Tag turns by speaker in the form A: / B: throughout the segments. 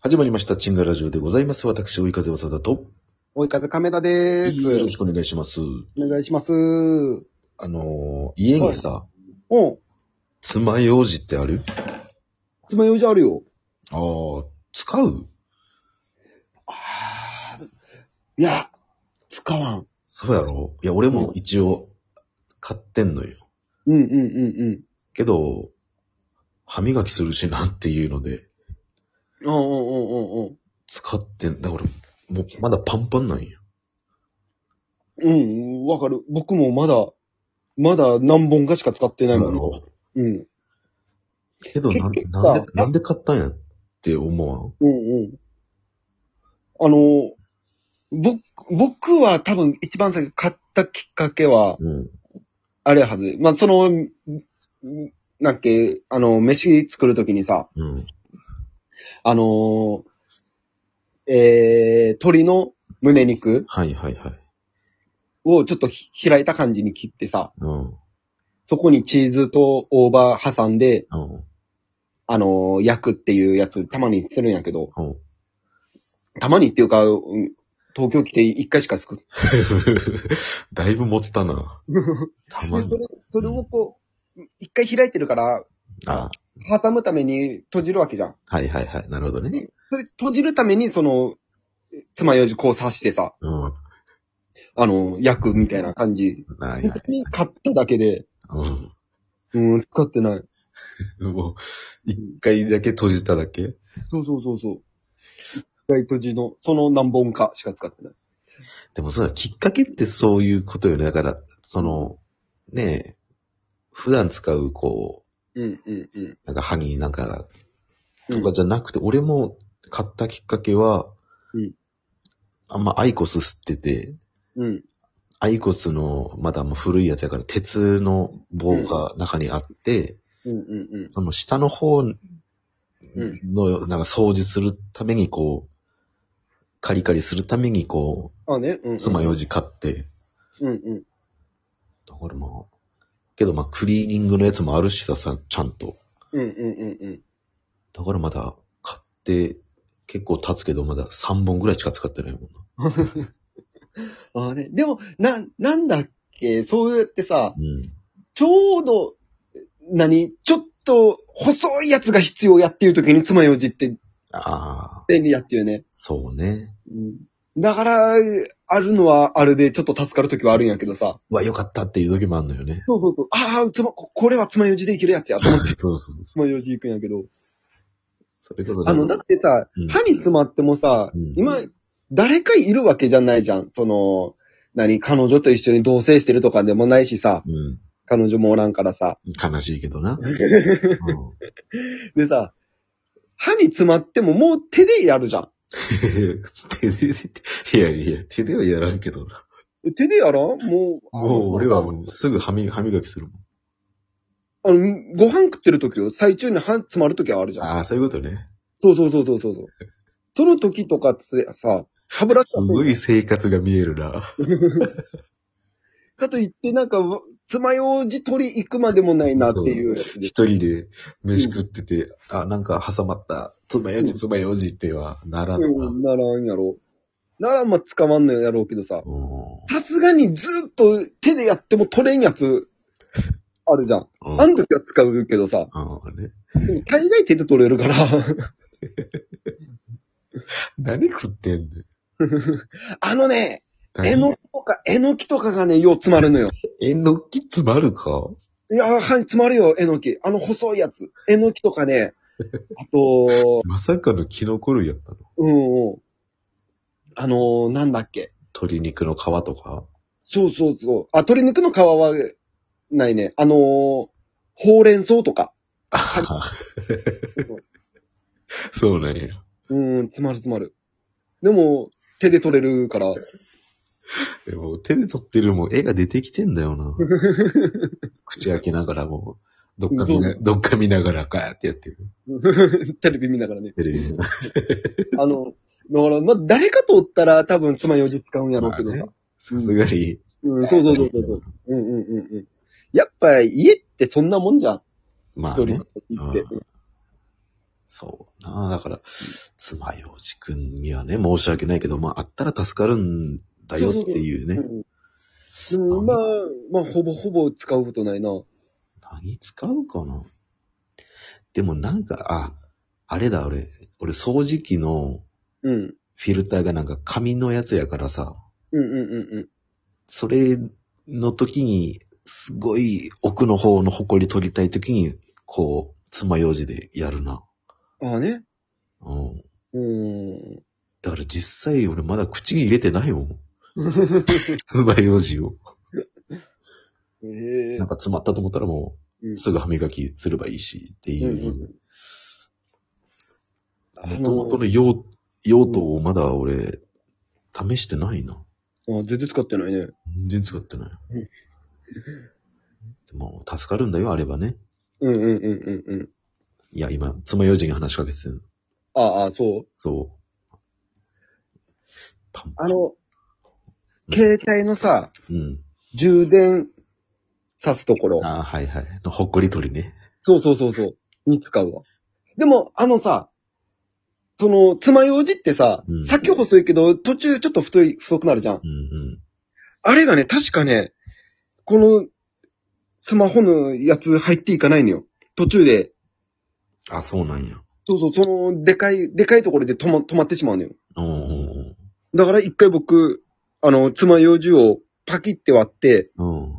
A: 始まりました、チンガラジオでございます。私、追い風長田と、
B: 追い風亀田でー
A: よろ
B: す。
A: しくお願いします。
B: お願いします。うん。
A: あのー、家にさ、
B: つ
A: 爪楊枝ってある
B: まようじあるよ。
A: ああ、使う
B: あーいや、使わん。
A: そうやろいや、俺も一応、買ってんのよ。
B: うんうんうん
A: けど、歯磨きするしなっていうので、
B: うん。うんうん
A: 使ってん、だから、もう、まだパンパンなんや。
B: うんうん。うん、わかる。僕もまだ、まだ何本かしか使ってないもん。
A: そうやろ
B: うん。うん
A: けど、なん
B: 結局
A: なん
B: さ
A: で、なんで買ったんやって思わん
B: うん。あの、僕、僕は多分一番最初買ったきっかけは、
A: うん。
B: あれやはず。まあ、その、んんなんっけ、あの、飯作るときにさ、
A: うん。
B: あのー、えー、鶏の胸肉
A: はいはいはい。
B: をちょっとひ開いた感じに切ってさ、
A: うん。うん。
B: そこにチーズと大葉挟んで、あのー、焼くっていうやつたまにするんやけど、
A: うん。
B: たまにっていうか、うん東京来て一回しか 作っ
A: だいぶ持ってたな。たま
B: でそ
A: に。
B: れそれをこう、一回開いてるから、
A: あ
B: 挟むために閉じるわけじゃん。
A: はいはいはい。なるほどね。
B: それ閉じるために、その、爪楊枝こう刺してさ、
A: うん。は
B: あのー、焼くみたいな感じ。
A: いはい
B: 本。当に買っただけで、うん、使ってない。
A: うん。もう、一回だけ閉じただけ
B: そうそうそうそう。一回閉じの、その何本かしか使ってない。
A: でもそのきっかけってそういうことよね。だから、その、ねえ、普段使う、こ
B: うんうんうん。
A: う、なんか歯になんか、
B: うん
A: とかじゃなくて、俺も買ったきっかけは、
B: うん
A: あんまアイコス吸ってて、
B: うん。
A: アイコスの、まだもう古いやつやから、鉄の棒が中にあって、
B: うんうんうん。
A: その下の方の、なんか掃除するためにこう、カリカリするためにこ
B: あね。うん、うん。
A: う、爪楊枝買って、
B: うんうん。
A: だからまあ、けどまあクリーニングのやつもあるしさ、さちゃんと。
B: うんうんうんうん。
A: だからまだ買って、結構経つけどまだ3本ぐらいしか使ってないもんな。
B: あね。でも、な、なんだっけ、そうやってさ、
A: うん。
B: ちょうど、何、ちょっと、細いやつが必要やっていう時に爪楊枝って
A: ああ、
B: 便利やっていうね。
A: そうね。
B: うん。だから、あるのはあるで、ちょっと助かる時はあるんやけどさ。。
A: うわ、よかったっていう時もあるのよね
B: そうそうそう。ああ、つま、ここれは爪楊枝でいけるやつやと思って、
A: そうそう。
B: 爪楊枝行くんやけど。
A: それこそ
B: あの、だってさ
A: うん、
B: 歯に詰まってもさ、
A: うん
B: 今、誰かいるわけじゃないじゃん。その、何、彼女と一緒に同棲してるとかでもないしさ、
A: うん。
B: 彼女もおらんからさ。
A: 悲しいけどな。うん
B: でさ、歯に詰まってももう手でやるじゃ
A: 手で、 いやいや、手ではやらんけどな。
B: ん。手でやらんもう、
A: もう俺は
B: あ
A: もうすぐ歯磨歯磨きするもん。
B: の、ご飯食ってる時よ、最中に歯詰まる時はあるじゃん。
A: ああ、そういうことね。
B: そうそうそうそうそうそう。その時とかってさ、歯ブラシ
A: すごい生活が見えるな。
B: かといって、なんか、爪楊枝取り行くまでもないなっていうやつで。
A: 一人で飯食ってて、あ、なんか挟まった、爪楊枝、爪楊枝ってはならんな。
B: うん、ならんやろ。ならまあ捕まんのやろうけどさ。
A: うん
B: さすがにずっと手でやっても取れんやつ、あるじゃん。
A: うん
B: あん時は使うけどさ。
A: うんね
B: でも大概手で取れるから。
A: 何食ってんねん。
B: あのね、え
A: 何
B: のきとか、えのきとかがね、よう詰まるのよ。
A: えのき詰まるか
B: いやー、はい、詰まるよ、えのき。あの細いやつ。えのきとか ね。あと、
A: まさかのキノコ類やったの
B: うんうん。あのー、なんだっけ。
A: 鶏肉の皮とか
B: そうそうそう。あ、鶏肉の皮は、ないね。あのーほうれん草とか。
A: あはは そうなんや。
B: うん、詰まる詰まる。でも、手で取れるから。
A: でも手で撮ってるもう絵が出てきてんだよ な。口開けながらもう、どっか見な、どっか見ながらガーってやってる。
B: テレビ見ながらね。
A: テレビ見なが
B: あの、だから、まあ、誰かとおったら多分爪楊枝使うんやろうけどさ。
A: ら。さすがに。
B: うん、そうそうそうそうそう。うんうんうんうん。やっぱ、家ってそんなもんじゃん。
A: まあ
B: 一人
A: ね
B: の。時って。
A: そうなあだから、妻ようじくんにはね、申し訳ないけど、まあ、あったら助かるんだよっていうね。
B: うんでも、まあ、まあ、ほぼほぼ使うことないな。
A: 何使うかなでもなんか、あ、あれだ、俺。俺、掃除機の
B: うん。
A: フィルターがなんか紙のやつやからさ、
B: うんうんうんうん。
A: それの時に、すごい奥の方の埃取りたい時に、こう、爪楊枝でやるな。
B: ああね。
A: うん。
B: うー ん。
A: だから実際俺まだ口に入れてないもん。 爪楊枝を。
B: ええ
A: なんか詰まったと思ったらも
B: うん
A: う、すぐ歯磨きすればいいしってい
B: うんうん
A: う。
B: あ
A: もともとの用、用途をまだ俺、試してないな。
B: あ、全然使ってないね。
A: 全然使ってない
B: うん。
A: でも、助かるんだよ、あればね。
B: うんうんうんうんうん。
A: いや、今、爪楊枝に話しかけてる。
B: ああ、あそう。
A: そう。パン
B: あの、携帯のさ、
A: うん。
B: 充電さすところ。
A: ああ、はいはい。のほっこり取りね。
B: そうそうそうそう。に使うわ。でも、あのさ、その、爪楊枝ってさ、
A: うん
B: さっき細いけど、途中ちょっと太い、太くなるじゃん。
A: うん
B: あれがね、確かね、この、スマホのやつ入っていかないのよ。途中で、
A: うん。あ、そうなんや。
B: そうそう、その、でかい、でかいところで止ま、止まってしまうのよ。
A: おーお
B: だから一回僕、あの、爪楊枝をパキって割って、
A: ーおーうん。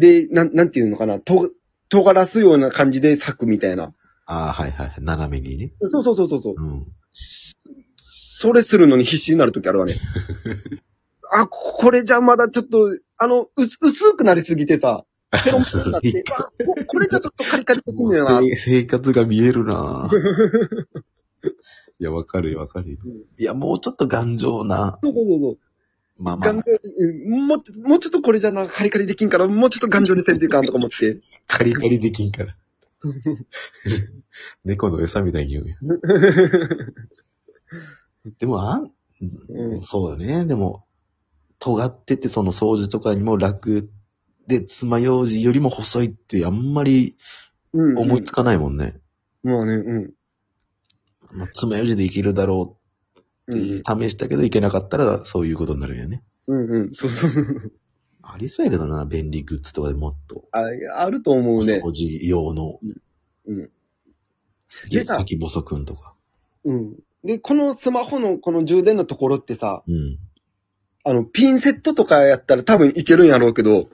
B: で、なん、なんていうのかな、と、尖らすような感じで咲くみたいな。
A: ああ、はいはいはい。斜めにね。
B: そうそうそうそうそう。
A: うん。
B: それするのに必死になるときあるわね。あ、これじゃまだちょっと、あの、薄薄くなりすぎてさ、ペロンペロンになって、あここれじゃちょっとカリカリできん
A: もう
B: のよな。
A: せい生活が見えるな ぁいや、わかるよ、わかるよ
B: うん。
A: いや、もうちょっと頑丈な。
B: そうそうそうそう。
A: まあま
B: 頑
A: あ、
B: 丈うんもうちょ、もうちょっとこれじゃな、カリカリできんから、もうちょっと頑丈にせんといかんとか思って。
A: カリカリできん から。猫の餌みたいに言うや んでも、あん、
B: うん
A: そうだね。でも、尖ってて、その掃除とかにも楽で、爪楊枝よりも細いって、あんまり
B: うん
A: 思いつかないもんね。
B: まあね、うん。
A: まあ、爪楊枝でいけるだろう
B: う
A: って
B: ん、
A: 試したけど、いけなかったら、そういうことになるんやね。
B: うん、うん。そうそう。
A: ありそうやけどな、便利グッズとかでもっと。
B: あ、あると思うね。
A: 掃除用の。
B: うん。
A: 先
B: 出た
A: 先細くんとか。
B: うん。で、このスマホのこの充電のところってさ、
A: うん。
B: あの、ピンセットとかやったら多分いけるんやろうけど、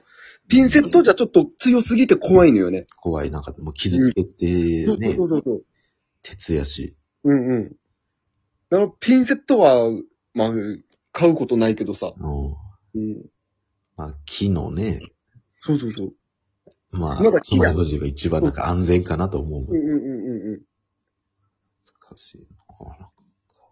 B: ピンセットじゃちょっと強すぎて怖いのよね。
A: 怖い、なんか、もう傷つけて、ね
B: そ、うそうそう。
A: 鉄やし。
B: うんうん。あの、ピンセットは、まあ、買うことないけどさ。
A: うん。
B: うん。
A: まあ、木のね、
B: そうそうそう。
A: ま
B: まだ
A: あ、
B: 木や
A: 爪楊枝が一番なんか安全かなと思う。
B: うんうんうんうんうん。
A: 難しいな。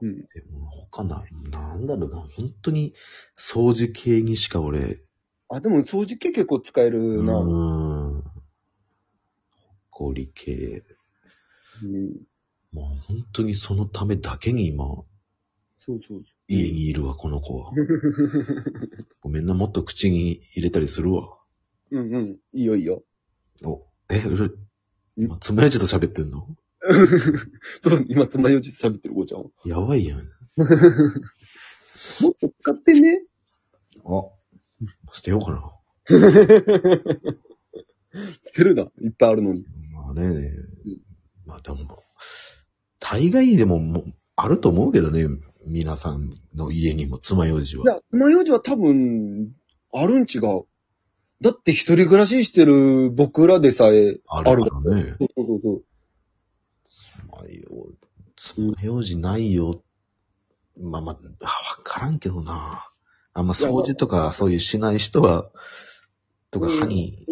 B: うん
A: でも、他ない。なんだろうな。本当に、掃除系にしか俺、
B: あ、でも掃除機結構使え
A: う
B: るな。うん
A: ーん。ほり系。もう本当にそのためだけに今、
B: そうそう。
A: 家にいるわ、この子は。ごめんな、もっと口に入れたりするわ。
B: うんうん。いいよいいよ。
A: お、え、うる、今、つまようじと喋ってんの
B: そう、今、つまようじで喋ってる子ちゃん。も
A: やばいやん。
B: っと使って ね。
A: あ。捨てようかな。
B: 捨てるな。いっぱいあるのに。
A: まあね、まあでも、大概でももうあると思うけどね、皆さんの家にも爪楊枝
B: い
A: は。
B: や、つまようじは多分、あるん違う。だって一人暮らししてる僕らでさえ、
A: あ
B: あ
A: る
B: る
A: からね。
B: そうそうそう。
A: 爪楊爪楊枝ないよ。まあまあ、わからんけどな。あんま掃除とかそういうしない人は、とか
B: うん
A: 歯に、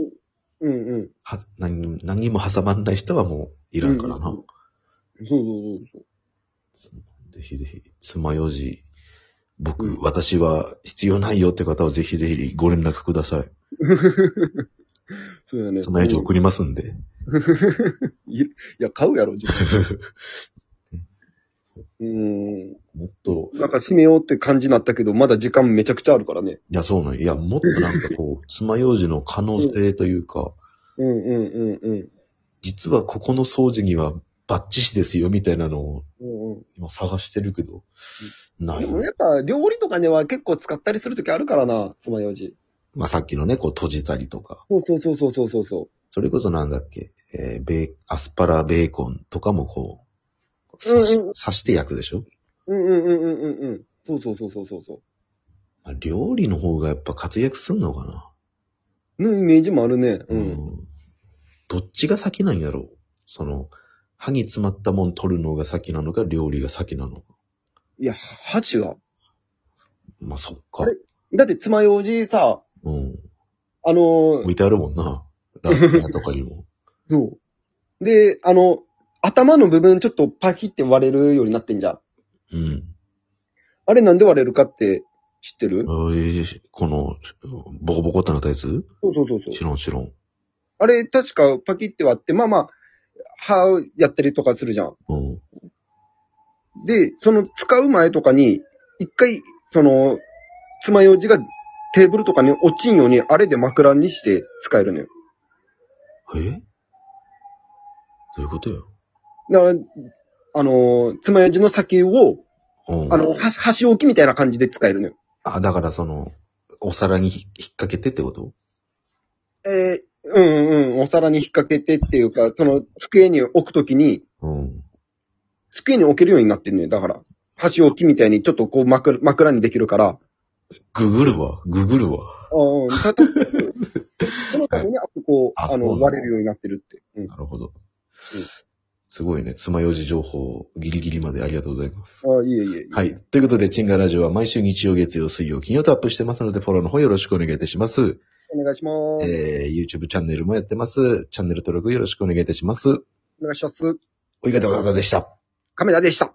B: うんうん。
A: は何にも何にも挟まんない人はもういらんからな。
B: うんうんそうそうそう。
A: ぜひぜひ、爪楊枝、僕、
B: うん
A: 私は必要ないよって方はぜひぜひご連絡ください。
B: そうだね。
A: 爪楊枝送りますんで。
B: いや、買うやろ、自 分。うん。
A: もっと、
B: なんか閉めようって感じになったけど、まだ時間めちゃくちゃあるからね。
A: いや、そうなんいや、もっとなんかこう、爪楊枝の可能性というか、
B: うんうんうんうん。
A: 実はここの掃除にはバッチシですよ、みたいなのを
B: うんうん
A: 今探してるけど、ない
B: で。もやっぱ料理とかねは結構使ったりするときあるからな、爪楊枝。
A: まあ、さっきのね、こう閉じたりとか。
B: そうそうそうそうそうそうそう。
A: それこそなんだっけ、えー、ベーアスパラベーコンとかもこう、
B: うんうん
A: 刺し,、て焼くでしょ、
B: うんうんうんうんうんうん。そうそうそうそうそうそ
A: まあ、料理の方がやっぱ活躍すんのかな
B: う。のイメージもあるね。う。
A: うんんどっちが先なんやろうその、歯に詰まったもん取るのが先なのか、料理が先なのか。
B: いや、箸は。
A: まあ、そっか
B: あ。れだって爪楊枝さ、
A: うん。
B: あのー
A: 置いてあるもん な。ラーメン屋とかにも。
B: そう。で、あの、頭の部分ちょっとパキって割れるようになってんじゃん。
A: うん。
B: あれなんで割れるかって知って
A: え
B: る
A: ーこの、ボコボコってなったやつ
B: そうそうそうそう。
A: 知らん知らん。
B: あれ確かパキって割って、まあまあ、歯やったりとかするじゃん。
A: うん。
B: で、その使う前とかに、一回、その、爪楊枝がテーブルとかに落ちんように、あれで枕にして使えるのよ。
A: えどういうことよ
B: だから、あのー、爪楊枝の先を、
A: うん。
B: あの、箸、箸置きみたいな感じで使えるのよ。
A: あ、だからその、お皿にひ引っ掛けてってこと
B: えーうんうん、お皿に引っ掛けてっていうか、その、机に置くときに、
A: うん。
B: 机に置けるようになってるのよ。だから、箸置きみたいにちょっとこう枕、枕にできるから、
A: ググるわ、ググるわ。
B: あーうん、たたそのために、あそこ、
A: あ
B: あ
A: そうな
B: の、
A: の
B: 割れるようになってるって。うん
A: なるほど。すごいね。爪楊枝情報、ギリギリまでありがとうございます。
B: ああ、いえいえいえ。
A: はい。ということで、チンガラジオは毎週日曜、月曜、水曜、金曜とアップしてますので、フォローの方よろしくお願いいたします。
B: お願いします。
A: えー、YouTube チャンネルもやってます。チャンネル登録よろしくお願いいたします。
B: お願いします。
A: おいがたわざでした。
B: 亀田でした。